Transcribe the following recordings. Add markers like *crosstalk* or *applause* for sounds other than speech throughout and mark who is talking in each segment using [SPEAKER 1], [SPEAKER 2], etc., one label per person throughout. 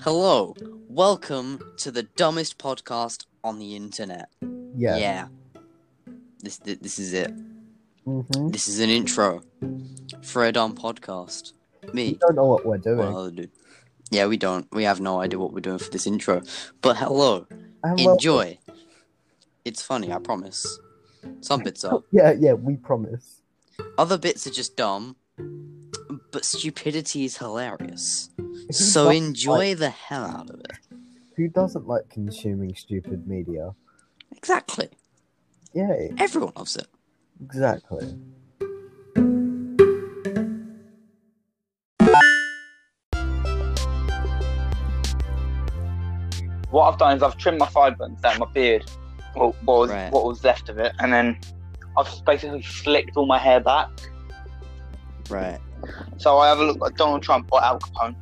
[SPEAKER 1] Hello, welcome to the dumbest podcast on the internet.
[SPEAKER 2] Yeah.
[SPEAKER 1] Yeah. This This, this is it.
[SPEAKER 2] Mm-hmm.
[SPEAKER 1] This is an intro for a dumb podcast.
[SPEAKER 2] We
[SPEAKER 1] Me,
[SPEAKER 2] don't know what we're doing.
[SPEAKER 1] well, other dude. Yeah, we don't. We have no idea what we're doing for this intro. But hello,
[SPEAKER 2] And Um, well-
[SPEAKER 1] enjoy. It's funny, I promise. Some bits are.
[SPEAKER 2] yeah, yeah, we promise.
[SPEAKER 1] Other bits are just dumb, but stupidity is hilarious.
[SPEAKER 2] Who
[SPEAKER 1] So
[SPEAKER 2] does-
[SPEAKER 1] enjoy the hell out of it.
[SPEAKER 2] who doesn't like consuming stupid media?
[SPEAKER 1] Exactly.
[SPEAKER 2] Yeah, e-
[SPEAKER 1] Everyone loves it.
[SPEAKER 2] exactly.
[SPEAKER 3] what I've done is I've trimmed my sideburns down, my beard, what, what was
[SPEAKER 1] Right.
[SPEAKER 3] what was left of it, and then I've basically slicked all my hair back.
[SPEAKER 1] Right.
[SPEAKER 3] So I have a look like Donald Trump or Al Capone.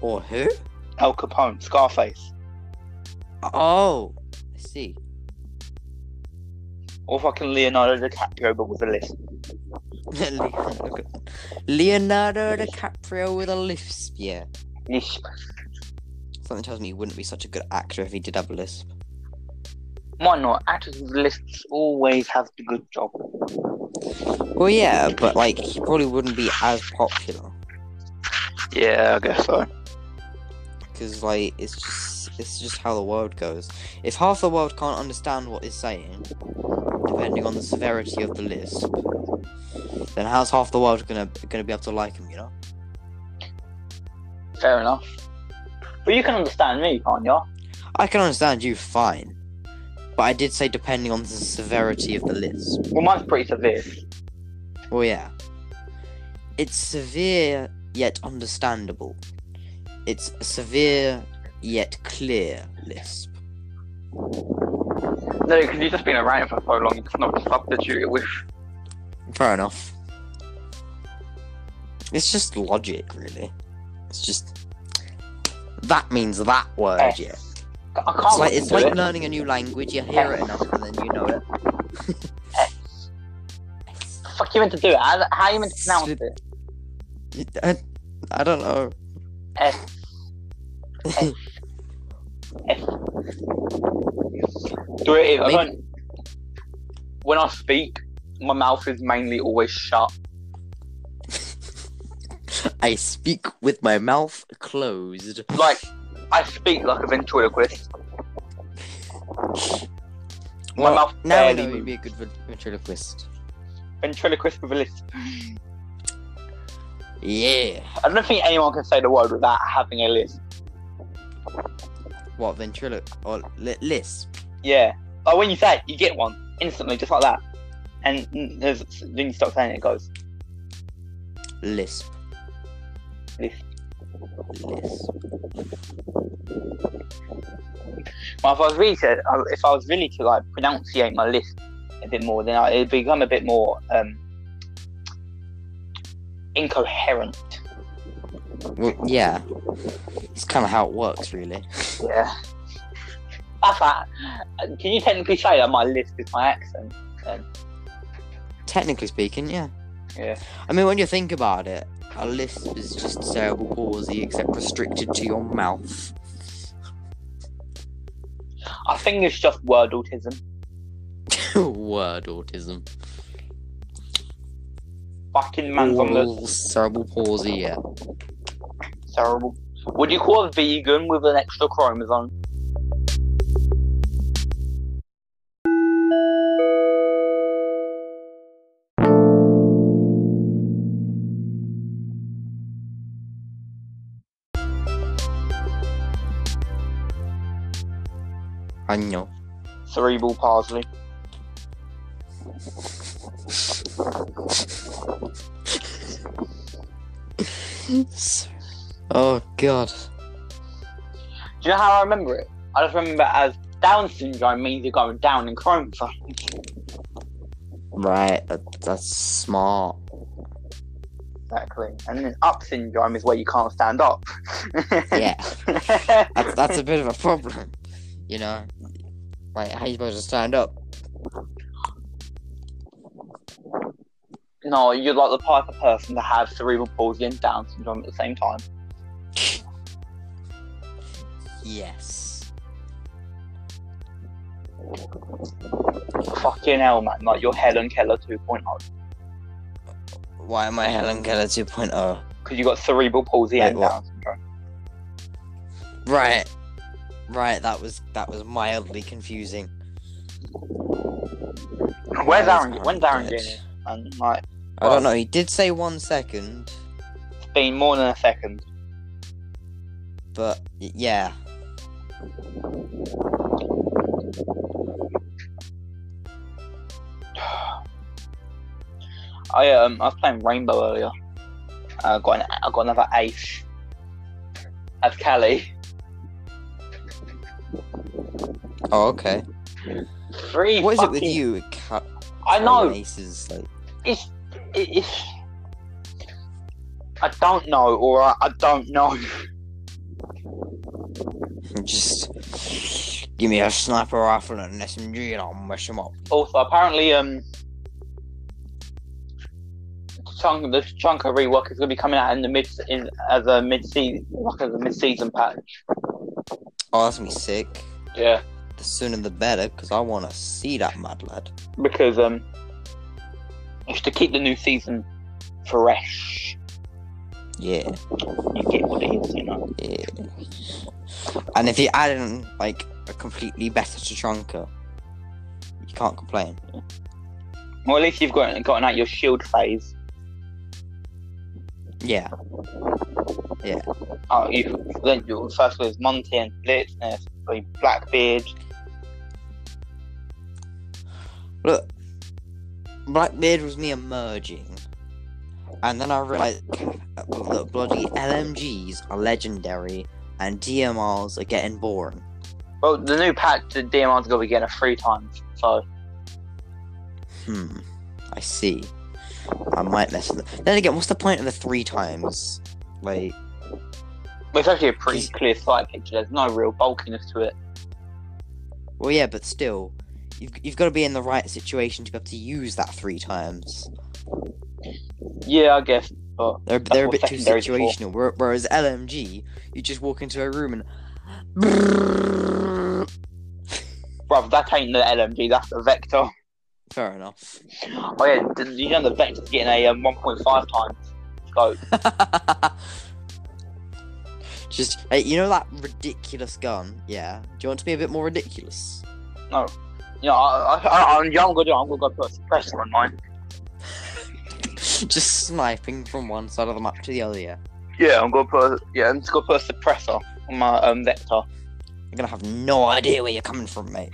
[SPEAKER 1] Or who?
[SPEAKER 3] Al Capone, Scarface,
[SPEAKER 1] Oh, I see. *laughs*
[SPEAKER 3] or fucking Leonardo DiCaprio, but with a list.
[SPEAKER 1] Leonardo DiCaprio with a lisp. Yeah.
[SPEAKER 3] Yeesh.
[SPEAKER 1] Something tells me he wouldn't be such a good actor if he did have a lisp.
[SPEAKER 3] Why not? Actors with lists always have the good job.
[SPEAKER 1] Well, yeah, but like he probably wouldn't be as popular
[SPEAKER 3] Yeah, I guess so.
[SPEAKER 1] because like it's just it's just how the world goes. If half the world can't understand what is saying, depending on the severity of the lisp, then how's half the world gonna gonna be able to like him? You know?
[SPEAKER 3] Fair enough. But you can understand me, can't you?
[SPEAKER 1] I can understand you fine, but I did say depending on the severity of the lisp.
[SPEAKER 3] Well, mine's pretty severe.
[SPEAKER 1] Well, Oh, yeah. It's severe yet understandable. It's a severe yet clear lisp.
[SPEAKER 3] No, because you've just been around for so long, you cannot substitute it with.
[SPEAKER 1] Fair enough. It's just logic, really. It's just that means that word.
[SPEAKER 3] X.
[SPEAKER 1] Yeah.
[SPEAKER 3] I can't.
[SPEAKER 1] It's like
[SPEAKER 3] listen
[SPEAKER 1] it's
[SPEAKER 3] to
[SPEAKER 1] like
[SPEAKER 3] it.
[SPEAKER 1] learning a new language. You hear it enough, and then you know it.
[SPEAKER 3] fuck you meant to do it? How, how you meant to pronounce
[SPEAKER 1] Slip-
[SPEAKER 3] it?
[SPEAKER 1] I, I don't know.
[SPEAKER 3] S. S. S. Do it. I
[SPEAKER 1] Maybe-
[SPEAKER 3] don't- When I speak, my mouth is mainly always shut.
[SPEAKER 1] I speak with my mouth closed.
[SPEAKER 3] Like I speak like a ventriloquist. My
[SPEAKER 1] Well,
[SPEAKER 3] mouth
[SPEAKER 1] now I know
[SPEAKER 3] barely
[SPEAKER 1] you'd
[SPEAKER 3] moves.
[SPEAKER 1] be a good vent- ventriloquist.
[SPEAKER 3] Ventriloquist with a lisp.
[SPEAKER 1] Yeah.
[SPEAKER 3] I don't think anyone can say the word without having a lisp.
[SPEAKER 1] What ventriloquist or li- lisp?
[SPEAKER 3] Yeah. Like when you say it, you get one instantly, just like that. And mm, there's, then you stop saying it, it goes
[SPEAKER 1] Lisp.
[SPEAKER 3] lisp.
[SPEAKER 1] Lisp.
[SPEAKER 3] Well, if I was really to, I- if I was really to like pronunciate my list a bit more, then I, it'd become a bit more um, incoherent.
[SPEAKER 1] Well, yeah. It's kind of how it works, really.
[SPEAKER 3] Yeah. That's that. Can you technically say that my list is my accent?
[SPEAKER 1] Technically speaking, yeah.
[SPEAKER 3] Yeah.
[SPEAKER 1] I mean, when you think about it, a lisp is just cerebral palsy, except restricted to your mouth. *laughs*
[SPEAKER 3] I think it's just word autism,
[SPEAKER 1] Word autism.
[SPEAKER 3] fucking man's on
[SPEAKER 1] Oral cerebral palsy. Yeah.
[SPEAKER 3] the cerebral. Would you call a vegan with an extra chromosome?
[SPEAKER 1] I know. *laughs*
[SPEAKER 3] Cerebral palsy.
[SPEAKER 1] oh God.
[SPEAKER 3] Do you know how I remember it? I just remember it as Down syndrome means you're going down in chromosome.
[SPEAKER 1] Right. That, that's smart.
[SPEAKER 3] Exactly. And then up syndrome is where you can't stand up.
[SPEAKER 1] Yeah. that's, that's a bit of a problem. You know, like how you supposed to stand up?
[SPEAKER 3] *laughs* no, you're like the type of person to have cerebral palsy and Down syndrome at the same time.
[SPEAKER 1] Yes.
[SPEAKER 3] Fucking hell, man! Like you're Helen Keller oh. 2.0
[SPEAKER 1] Why am I Helen Keller oh? 2.0?
[SPEAKER 3] because you got cerebral palsy
[SPEAKER 1] Wait,
[SPEAKER 3] and
[SPEAKER 1] what?
[SPEAKER 3] Down syndrome.
[SPEAKER 1] Right. Right, that was that was mildly confusing.
[SPEAKER 3] Where's
[SPEAKER 1] That was
[SPEAKER 3] Aaron? When's Aaron
[SPEAKER 1] dead.
[SPEAKER 3] getting it? And like,
[SPEAKER 1] I don't know. He did say one second,
[SPEAKER 3] it's been more than a second.
[SPEAKER 1] but y- yeah.
[SPEAKER 3] I um I was playing Rainbow earlier. I got an, I got another ace. As Cali,
[SPEAKER 1] Oh, okay.
[SPEAKER 3] three.
[SPEAKER 1] What is it with
[SPEAKER 3] fucking-
[SPEAKER 1] you? Ca-
[SPEAKER 3] I know
[SPEAKER 1] Aces, like,
[SPEAKER 3] it's it, it's. I don't know, or I, I don't know.
[SPEAKER 1] just give me a sniper rifle and an SMG and I'll mash them up.
[SPEAKER 3] Also, apparently, um, chunk the chunk of rework is going to be coming out in the mid in as a mid season like as a mid season patch.
[SPEAKER 1] Oh, that's gonna be sick.
[SPEAKER 3] Yeah.
[SPEAKER 1] The sooner the better, because I want to see that mad lad.
[SPEAKER 3] because um, it's to keep the new season fresh.
[SPEAKER 1] Yeah,
[SPEAKER 3] You get what it is, you know.
[SPEAKER 1] yeah. And if you add in like a completely better Tachanka, you can't complain.
[SPEAKER 3] Well, at least you've got gotten out your shield phase.
[SPEAKER 1] Yeah,
[SPEAKER 3] Oh, you then your first was Monty and Blitz, and it's like Blackbeard.
[SPEAKER 1] Look, Blackbeard was me emerging, and then I realized that bloody LMGs are legendary and DMRs are getting boring.
[SPEAKER 3] Well, the new patch the DMR's got to be getting it three times, so
[SPEAKER 1] Hmm, I see. I might mess with it. Then again, what's the point of the three times? Like,
[SPEAKER 3] it's actually a pretty
[SPEAKER 1] Just-
[SPEAKER 3] clear sight picture. There's no real bulkiness to it.
[SPEAKER 1] well, yeah, but still, you've, you've got to be in the right situation to be able to use that three times.
[SPEAKER 3] Yeah, I guess.
[SPEAKER 1] They're, they're a
[SPEAKER 3] what
[SPEAKER 1] bit too
[SPEAKER 3] secondaries are for.
[SPEAKER 1] situational. where- Whereas LMG, you just walk into a room and.
[SPEAKER 3] Bruv, that ain't the LMG, that's the Vector.
[SPEAKER 1] Fair enough. *laughs*
[SPEAKER 3] Oh, yeah, th- you know the Vector's getting a um, 1.5 times scope.
[SPEAKER 1] Just hey, you know that ridiculous gun, yeah. Do you want to be a bit more ridiculous? *laughs*
[SPEAKER 3] You know, I, I, I, I'm, you know what I'm gonna do. I'm gonna go put a suppressor on mine.
[SPEAKER 1] Just sniping from one side of the map to the other. Yeah,
[SPEAKER 3] Yeah, I'm gonna put. A, yeah, I'm just gonna put a suppressor on my um, vector.
[SPEAKER 1] you're gonna have no idea where you're coming from, mate.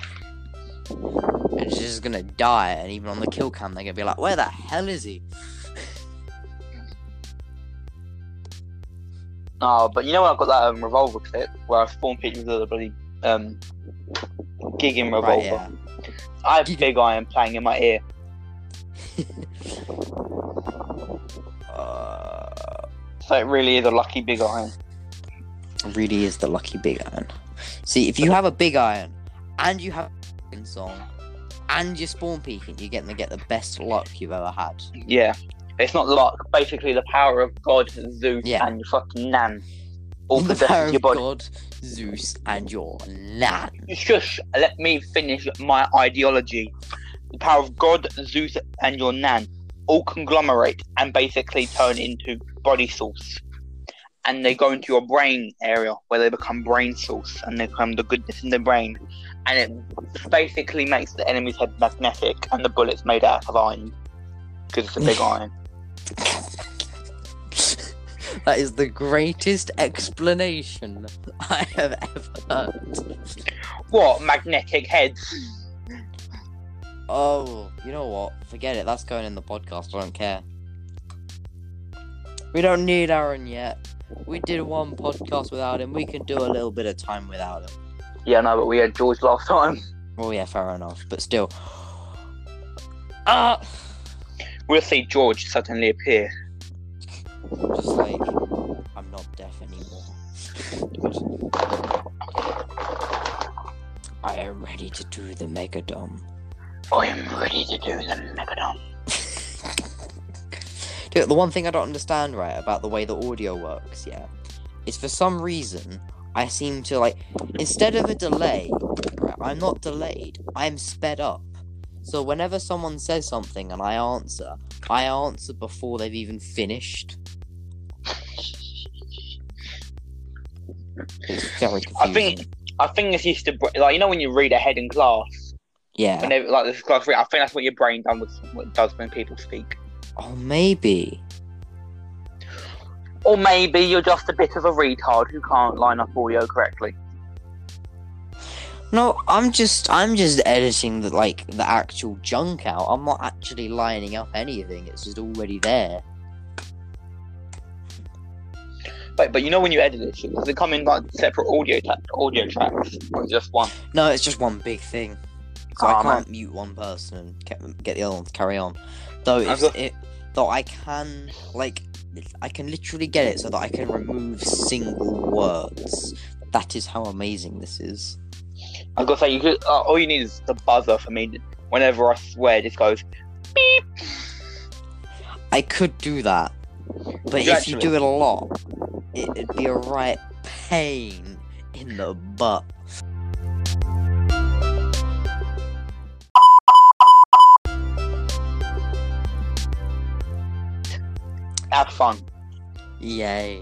[SPEAKER 1] And you're just gonna die, and even on the kill cam, they're gonna be like, "Where the hell is he?"
[SPEAKER 3] Oh, but you know when I got that um, revolver clip where I spawned pictures of the bloody um, gigging revolver.
[SPEAKER 1] Right, yeah.
[SPEAKER 3] I have
[SPEAKER 1] Gig-
[SPEAKER 3] big iron playing in my ear.
[SPEAKER 1] Uh,
[SPEAKER 3] So it really is a lucky big iron.
[SPEAKER 1] really is the lucky big iron. See, if you have a big iron, and you have a song, and you're spawn peeking, you're getting to get the best luck you've ever had.
[SPEAKER 3] Yeah, it's not luck. Basically, the power of God, Zeus,
[SPEAKER 1] Yeah.
[SPEAKER 3] and your fucking nan. All
[SPEAKER 1] the power
[SPEAKER 3] possessing
[SPEAKER 1] of
[SPEAKER 3] your body.
[SPEAKER 1] God, Zeus, and your nan.
[SPEAKER 3] Shush, let me finish my ideology. The power of God, Zeus, and your Nan all conglomerate and basically turn into body source. And they go into your brain area where they become brain source and they become the goodness in the brain. And it basically makes the enemy's head magnetic and the bullets made out of iron because it's
[SPEAKER 1] *laughs*
[SPEAKER 3] a big iron.
[SPEAKER 1] that is the greatest explanation I have ever heard.
[SPEAKER 3] What? Magnetic heads?
[SPEAKER 1] Oh, you know what? Forget it. That's going in the podcast. I don't care. We don't need Aaron yet. We did one podcast without him. We can do a little bit of time without him.
[SPEAKER 3] Yeah, no, but we had George last time.
[SPEAKER 1] Well, Oh, yeah, fair enough. But still. Ah!
[SPEAKER 3] We'll see George suddenly appear.
[SPEAKER 1] Just like, I'm not deaf anymore. *laughs* I am ready to do the Megadom.
[SPEAKER 3] I am ready to do the Megadon.
[SPEAKER 1] *laughs* Dude, the one thing I don't understand, right, about the way the audio works, yeah, is for some reason I seem to like instead of a delay, right, I'm not delayed. I'm sped up. So whenever someone says something and I answer, I answer before they've even finished. It's very confusing.
[SPEAKER 3] I think I think it's used to br- like you know when you read ahead in class,
[SPEAKER 1] yeah.
[SPEAKER 3] whenever like this class read, I think that's what your brain done with, what it does when people speak.
[SPEAKER 1] Oh, maybe.
[SPEAKER 3] Or maybe you're just a bit of a retard who can't line up audio correctly.
[SPEAKER 1] No, I'm just I'm just editing the like the actual junk out. I'm not actually lining up anything. It's just already there.
[SPEAKER 3] But but you know when you edit it, shit, does it come in like separate audio ta- audio tracks or just one?
[SPEAKER 1] No, it's just one big thing. So I
[SPEAKER 3] Aw, man.
[SPEAKER 1] can't mute one person and ke- get the other one to carry on. Though if
[SPEAKER 3] got-
[SPEAKER 1] it, though I can like I can literally get it so that I can remove single words. That is how amazing this is.
[SPEAKER 3] I gotta say, you could, uh, all you need is the buzzer for me. Whenever I swear, just goes.
[SPEAKER 1] I could do that, but
[SPEAKER 3] You
[SPEAKER 1] if you
[SPEAKER 3] actually-
[SPEAKER 1] do it a lot, it, it'd be a right pain in the butt.
[SPEAKER 3] Have fun.
[SPEAKER 1] Yay.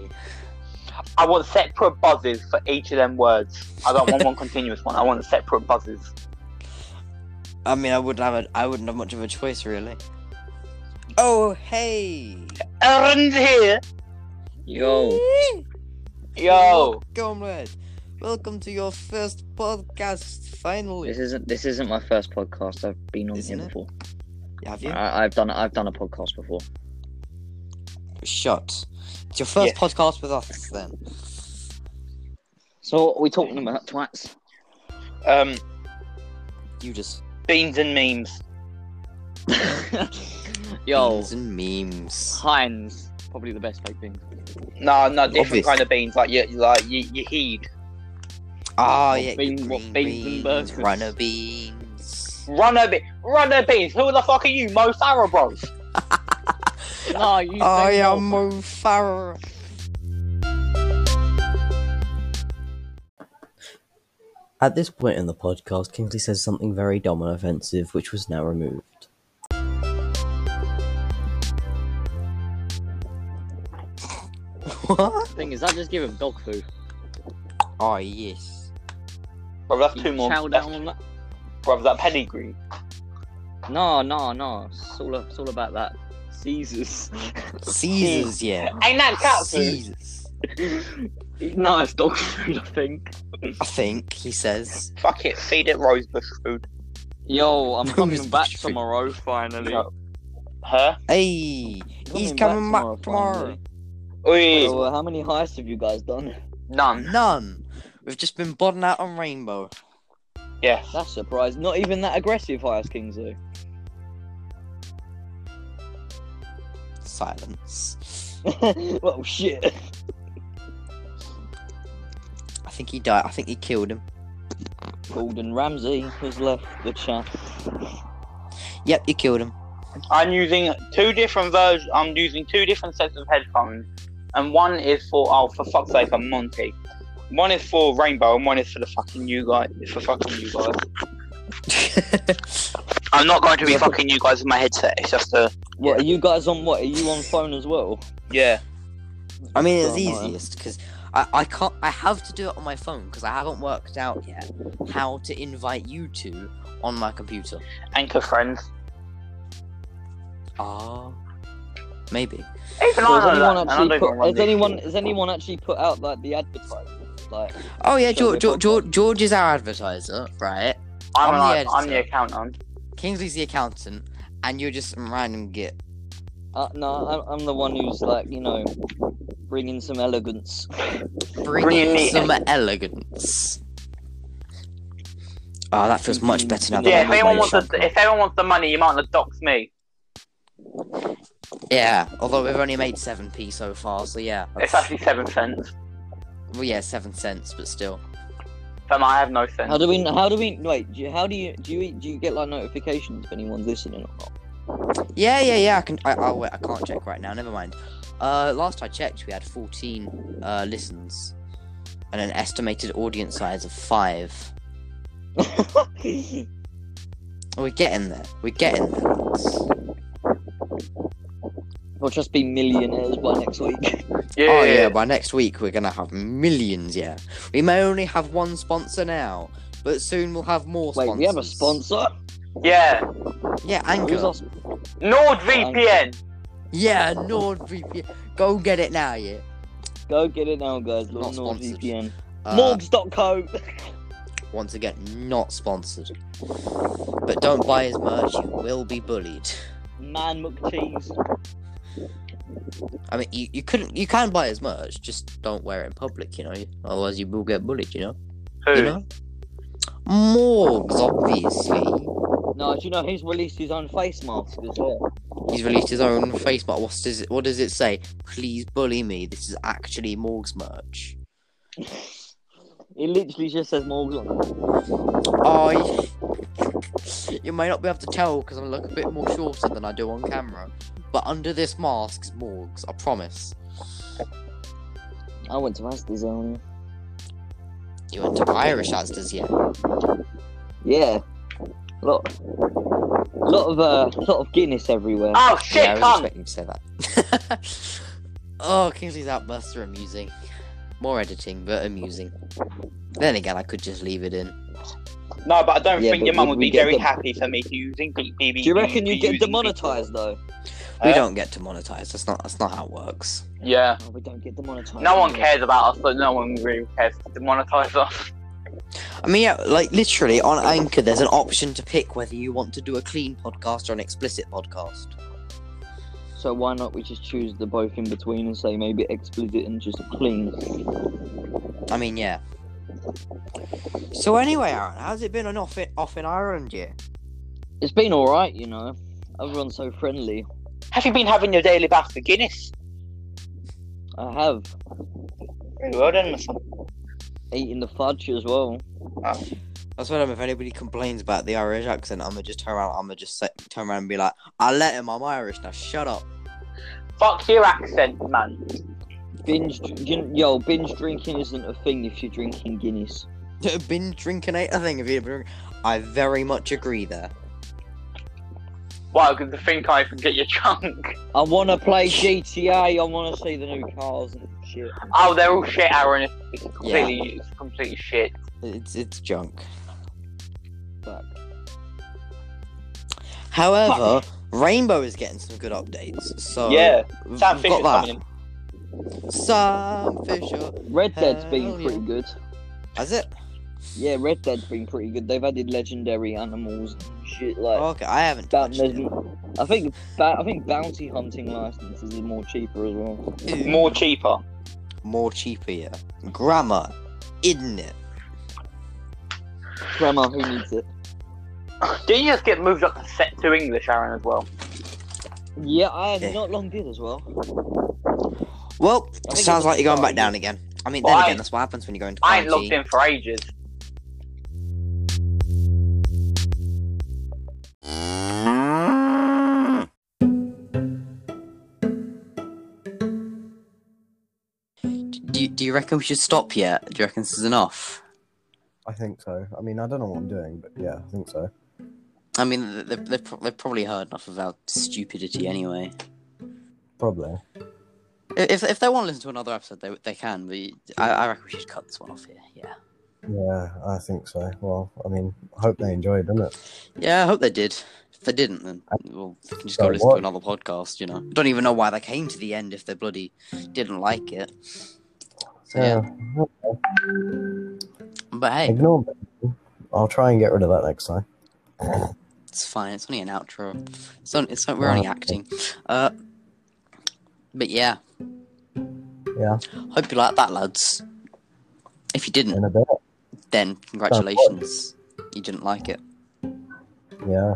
[SPEAKER 3] I want separate buzzes for each of them words. I don't want one continuous one. I want separate buzzes.
[SPEAKER 1] I mean, I wouldn't have a, I wouldn't have much of a choice really. Oh hey,
[SPEAKER 3] Aaron's here. Yo. Yo.
[SPEAKER 1] comrade, welcome to your first podcast. Finally,
[SPEAKER 4] This isn't this isn't my first podcast. I've been on
[SPEAKER 1] Isn't
[SPEAKER 4] here
[SPEAKER 1] it?
[SPEAKER 4] before.
[SPEAKER 1] have you?
[SPEAKER 4] I, I've done I've done a podcast before.
[SPEAKER 1] Shut. It's your first
[SPEAKER 3] Yeah.
[SPEAKER 1] podcast with us then.
[SPEAKER 4] So what are we talking about, twats? *laughs*
[SPEAKER 3] Um,
[SPEAKER 1] You just
[SPEAKER 3] beans and memes.
[SPEAKER 4] Yo,
[SPEAKER 1] memes and memes.
[SPEAKER 4] Heinz, probably the best
[SPEAKER 1] *laughs*
[SPEAKER 4] baked beans.
[SPEAKER 3] No, no, different
[SPEAKER 1] Obvious.
[SPEAKER 3] kind of beans. Like you, like you, you heed.
[SPEAKER 1] Ah,
[SPEAKER 4] What
[SPEAKER 1] yeah,
[SPEAKER 4] bean-
[SPEAKER 1] green
[SPEAKER 4] what beans
[SPEAKER 1] beans,
[SPEAKER 4] and burgers?
[SPEAKER 1] runner beans.
[SPEAKER 3] Runner be- runner beans. Who the fuck are you, Mo Farah, bro?
[SPEAKER 4] No, you.
[SPEAKER 1] I am Mo Farah.
[SPEAKER 5] At this point in the podcast, Kingsley says something very dumb and offensive, which was now removed.
[SPEAKER 1] What?
[SPEAKER 4] Thing is, I just give him dog food.
[SPEAKER 1] Oh yes.
[SPEAKER 3] Bro, that's
[SPEAKER 4] You
[SPEAKER 3] two more.
[SPEAKER 4] chow
[SPEAKER 3] That's,
[SPEAKER 4] down on that.
[SPEAKER 3] bro, that pedigree.
[SPEAKER 4] No, no, no. It's all it's all about that. Caesars. *laughs*
[SPEAKER 1] Caesars, yeah.
[SPEAKER 3] Ain't that cat food?
[SPEAKER 1] Caesars.
[SPEAKER 4] no, it's dog food. I think.
[SPEAKER 1] I think he says.
[SPEAKER 3] Fuck it. Feed it rosebush food.
[SPEAKER 1] *laughs*
[SPEAKER 4] Yo, I'm
[SPEAKER 1] No, it's
[SPEAKER 4] coming
[SPEAKER 1] dog
[SPEAKER 4] back
[SPEAKER 1] food.
[SPEAKER 4] tomorrow finally.
[SPEAKER 3] No. Huh?
[SPEAKER 1] Hey, he's coming back tomorrow.
[SPEAKER 3] Oi.
[SPEAKER 4] how many heists have you guys done?
[SPEAKER 3] None.
[SPEAKER 1] None. We've just been bodding out on Rainbow.
[SPEAKER 3] Yes.
[SPEAKER 4] That's surprising. Not even that aggressive heist, Kingsley. *laughs*
[SPEAKER 1] Silence.
[SPEAKER 4] well, shit.
[SPEAKER 1] I think he died. I think he killed him.
[SPEAKER 4] Gordon Ramsay has left the chat.
[SPEAKER 1] Yep, you killed him. *laughs*
[SPEAKER 3] I'm using two different versions. I'm using two different sets of headphones, and one is for oh for fuck's sake, I'm Monty. One is for Rainbow, and one is for the fucking you guys. For fucking you guys. I'm not going to be fucking you guys with my headset. It's just a
[SPEAKER 4] What are you guys on? What are you on phone as well?
[SPEAKER 3] yeah.
[SPEAKER 1] I mean, it's
[SPEAKER 4] So am I.
[SPEAKER 1] easiest because I, I can't. I have to do it on my phone because I haven't worked out yet how to invite you two on my computer.
[SPEAKER 3] Anchor friends.
[SPEAKER 1] Ah, maybe.
[SPEAKER 3] Even
[SPEAKER 4] So
[SPEAKER 3] I
[SPEAKER 4] has
[SPEAKER 3] know that, and
[SPEAKER 4] anyone
[SPEAKER 3] I
[SPEAKER 4] actually
[SPEAKER 3] don't even
[SPEAKER 4] put,
[SPEAKER 3] run
[SPEAKER 4] has
[SPEAKER 3] this
[SPEAKER 4] anyone
[SPEAKER 3] shit.
[SPEAKER 4] has anyone actually put out like the advertisement? Like,
[SPEAKER 1] Oh yeah,
[SPEAKER 4] Sure,
[SPEAKER 1] George, George,
[SPEAKER 4] we've got
[SPEAKER 1] George, George is our advertiser, right?
[SPEAKER 3] I'm,
[SPEAKER 1] I'm
[SPEAKER 3] like,
[SPEAKER 1] the
[SPEAKER 3] I'm the
[SPEAKER 1] editor.
[SPEAKER 3] accountant.
[SPEAKER 1] Kingsley's the accountant, and you're just some random git.
[SPEAKER 4] uh, no, I'm, I'm the one who's like, you know, bringing some elegance.
[SPEAKER 1] Bring
[SPEAKER 3] Bring
[SPEAKER 1] in
[SPEAKER 3] me
[SPEAKER 1] some elegance. Oh, that feels much better now. that
[SPEAKER 3] Yeah,
[SPEAKER 1] I'm
[SPEAKER 3] if
[SPEAKER 1] not
[SPEAKER 3] anyone
[SPEAKER 1] very
[SPEAKER 3] wants
[SPEAKER 1] drunk.
[SPEAKER 3] the, if anyone wants the money, you might not dox me.
[SPEAKER 1] Yeah, although we've only made seven p so far, so yeah.
[SPEAKER 3] It's actually seven cents,
[SPEAKER 1] Well, yeah, seven cents, but still.
[SPEAKER 3] but I have no sense.
[SPEAKER 4] How do we? How do we? Wait, do you, how do you? Do you? Do you get like notifications if anyone's listening or not? *laughs*
[SPEAKER 1] Yeah, yeah, yeah. I can. I, oh wait, I can't check right now. Never mind. Uh, last I checked, we had fourteen uh listens. and an estimated audience size of five. We're getting there. We're getting there. lads.
[SPEAKER 4] We'll just be millionaires by next week.
[SPEAKER 3] Yeah,
[SPEAKER 1] oh yeah, by next week we're gonna have millions. Yeah, we may only have one sponsor now, but soon we'll have more.
[SPEAKER 4] Wait,
[SPEAKER 1] sponsors.
[SPEAKER 4] we have a sponsor?
[SPEAKER 3] yeah.
[SPEAKER 1] Yeah,
[SPEAKER 4] Who's
[SPEAKER 1] Anchor.
[SPEAKER 4] our sp-
[SPEAKER 3] NordVPN.
[SPEAKER 1] Yeah, NordVPN. Go get it now, yeah.
[SPEAKER 4] Go get it now, guys.
[SPEAKER 1] Not
[SPEAKER 4] Nord
[SPEAKER 1] sponsored.
[SPEAKER 4] VPN.
[SPEAKER 1] Uh,
[SPEAKER 4] Morgs.co.
[SPEAKER 1] once again, not sponsored. But don't buy his merch. You will be bullied.
[SPEAKER 4] *laughs* Man McCheese.
[SPEAKER 1] I mean, you, you couldn't. You can buy his merch. Just don't wear it in public. You know. Otherwise, you will get bullied. You know. You
[SPEAKER 3] Who?
[SPEAKER 1] know. Morgs, obviously.
[SPEAKER 4] No, do you know he's released his own face mask as well?
[SPEAKER 1] He's released his own face mask. What does it? What does it say? Please bully me. This is actually Morgs merch.
[SPEAKER 4] It literally just says Morgs on it.
[SPEAKER 1] I. *laughs* You may not be able to tell because I look a bit more shorter than I do on camera, but under this mask is Morgs. I promise.
[SPEAKER 4] I went to Asda's only.
[SPEAKER 1] You went to Irish Asda's yet?
[SPEAKER 4] Yeah. Lot. Lot of uh, lot of Guinness everywhere.
[SPEAKER 3] Oh shit,
[SPEAKER 1] yeah, I was
[SPEAKER 3] cunt.
[SPEAKER 1] expecting you to say that. *laughs* oh, Kingsley's outbursts are amusing. More editing, but amusing. Then again, I could just leave it in.
[SPEAKER 3] No, but I don't
[SPEAKER 4] Yeah,
[SPEAKER 3] think
[SPEAKER 4] but
[SPEAKER 3] your mum
[SPEAKER 4] would
[SPEAKER 3] would
[SPEAKER 4] we
[SPEAKER 3] be
[SPEAKER 4] get
[SPEAKER 3] very
[SPEAKER 4] dem-
[SPEAKER 3] happy for me to use English BB.
[SPEAKER 4] Do you reckon you get demonetized though?
[SPEAKER 1] We
[SPEAKER 3] Uh,
[SPEAKER 1] don't get to monetize. That's not. That's not how it works.
[SPEAKER 3] Yeah.
[SPEAKER 4] No, we don't get demonetized.
[SPEAKER 3] No one
[SPEAKER 4] do we?
[SPEAKER 3] cares about us, but no one really cares to demonetize us.
[SPEAKER 1] I mean, yeah, like literally on Anchor, there's an option to pick whether you want to do a clean podcast or an explicit podcast.
[SPEAKER 4] So why not we just choose the both in between and say maybe explicit and just clean?
[SPEAKER 1] I mean, yeah. So anyway, Aaron, how's it been on off in, off in Ireland yeah?
[SPEAKER 4] It's been all right, you know. Everyone's so friendly.
[SPEAKER 3] Have you been having your daily bath for Guinness?
[SPEAKER 4] I have
[SPEAKER 3] Really well done, my son.
[SPEAKER 4] eaten the fudge as well.
[SPEAKER 1] That's what I'm. If anybody complains about the Irish accent, I'ma just turn around. I'ma just say, turn around and be like, "I let him. I'm Irish now. Shut up." *laughs*
[SPEAKER 3] Fuck your accent, man.
[SPEAKER 4] Binge, you- yo, binge drinking isn't a thing if you're drinking Guinness.
[SPEAKER 1] Been drinking a thing. Have you been? drinking- I very much agree there.
[SPEAKER 3] Wow, because the thing can't even get you drunk.
[SPEAKER 4] I want to play GTA. I want to see the new cars and shit.
[SPEAKER 3] *laughs* Oh, they're all shit, Aaron. It's completely, it's completely shit.
[SPEAKER 1] It's it's junk.
[SPEAKER 4] Fuck.
[SPEAKER 1] However, Rainbow is getting some good updates. So
[SPEAKER 3] yeah,
[SPEAKER 1] we've
[SPEAKER 3] Sam Fisher's
[SPEAKER 1] got that.
[SPEAKER 3] coming in.
[SPEAKER 1] Sam Fisher.
[SPEAKER 4] Red Dead's
[SPEAKER 1] Hell
[SPEAKER 4] been
[SPEAKER 1] yeah.
[SPEAKER 4] pretty good.
[SPEAKER 1] Is it?
[SPEAKER 4] Yeah, Red Dead's been pretty good. They've added legendary animals and shit like
[SPEAKER 1] Oh, okay, I haven't
[SPEAKER 4] that.
[SPEAKER 1] touched it.
[SPEAKER 4] I think ba- I think bounty hunting licenses are more cheaper as well.
[SPEAKER 1] Ooh,
[SPEAKER 3] More cheaper.
[SPEAKER 1] more cheaper, yeah. Grammar, isn't it?
[SPEAKER 4] Grandma, who needs it?
[SPEAKER 3] Didn't you just get moved up to set to English, Aaron, as well?
[SPEAKER 4] Yeah, I
[SPEAKER 1] Yeah.
[SPEAKER 4] not long did as well.
[SPEAKER 1] Well,
[SPEAKER 4] think
[SPEAKER 1] sounds
[SPEAKER 4] it's
[SPEAKER 1] like you're going
[SPEAKER 4] fine.
[SPEAKER 1] back down again. I mean,
[SPEAKER 3] Well,
[SPEAKER 1] then
[SPEAKER 3] I-
[SPEAKER 1] again, that's what happens when you go into
[SPEAKER 3] I ain't
[SPEAKER 1] quarantine.
[SPEAKER 3] logged in for ages.
[SPEAKER 1] Do you, do you reckon we should stop yet? Do you reckon this is enough?
[SPEAKER 2] I think so. I mean, I don't know what I'm doing, but yeah, I think so.
[SPEAKER 1] I mean, they've, they've, pro- they've probably heard enough of our stupidity anyway.
[SPEAKER 2] Probably.
[SPEAKER 1] If, if they want to listen to another episode, they, they can, but I, I reckon we should cut this one off here, yeah.
[SPEAKER 2] Yeah, I think so. Well, I mean, I hope they enjoyed, didn't it?
[SPEAKER 1] Yeah, I hope they did. If they didn't, then well, they can just go
[SPEAKER 2] Sorry,
[SPEAKER 1] listen
[SPEAKER 2] what?
[SPEAKER 1] to another podcast. You know, I don't even know why they came to the end if they bloody didn't like it. So yeah, but hey,
[SPEAKER 2] Ignore me. I'll try and get rid of that next time.
[SPEAKER 1] it's fine. It's only an outro. It's on, it's on, we're only
[SPEAKER 2] Oh, okay.
[SPEAKER 1] acting. Uh, but yeah,
[SPEAKER 2] Yeah.
[SPEAKER 1] Hope you like that, lads. If you
[SPEAKER 2] In
[SPEAKER 1] didn't,
[SPEAKER 2] a bit.
[SPEAKER 1] then congratulations. You didn't like it.
[SPEAKER 2] Yeah.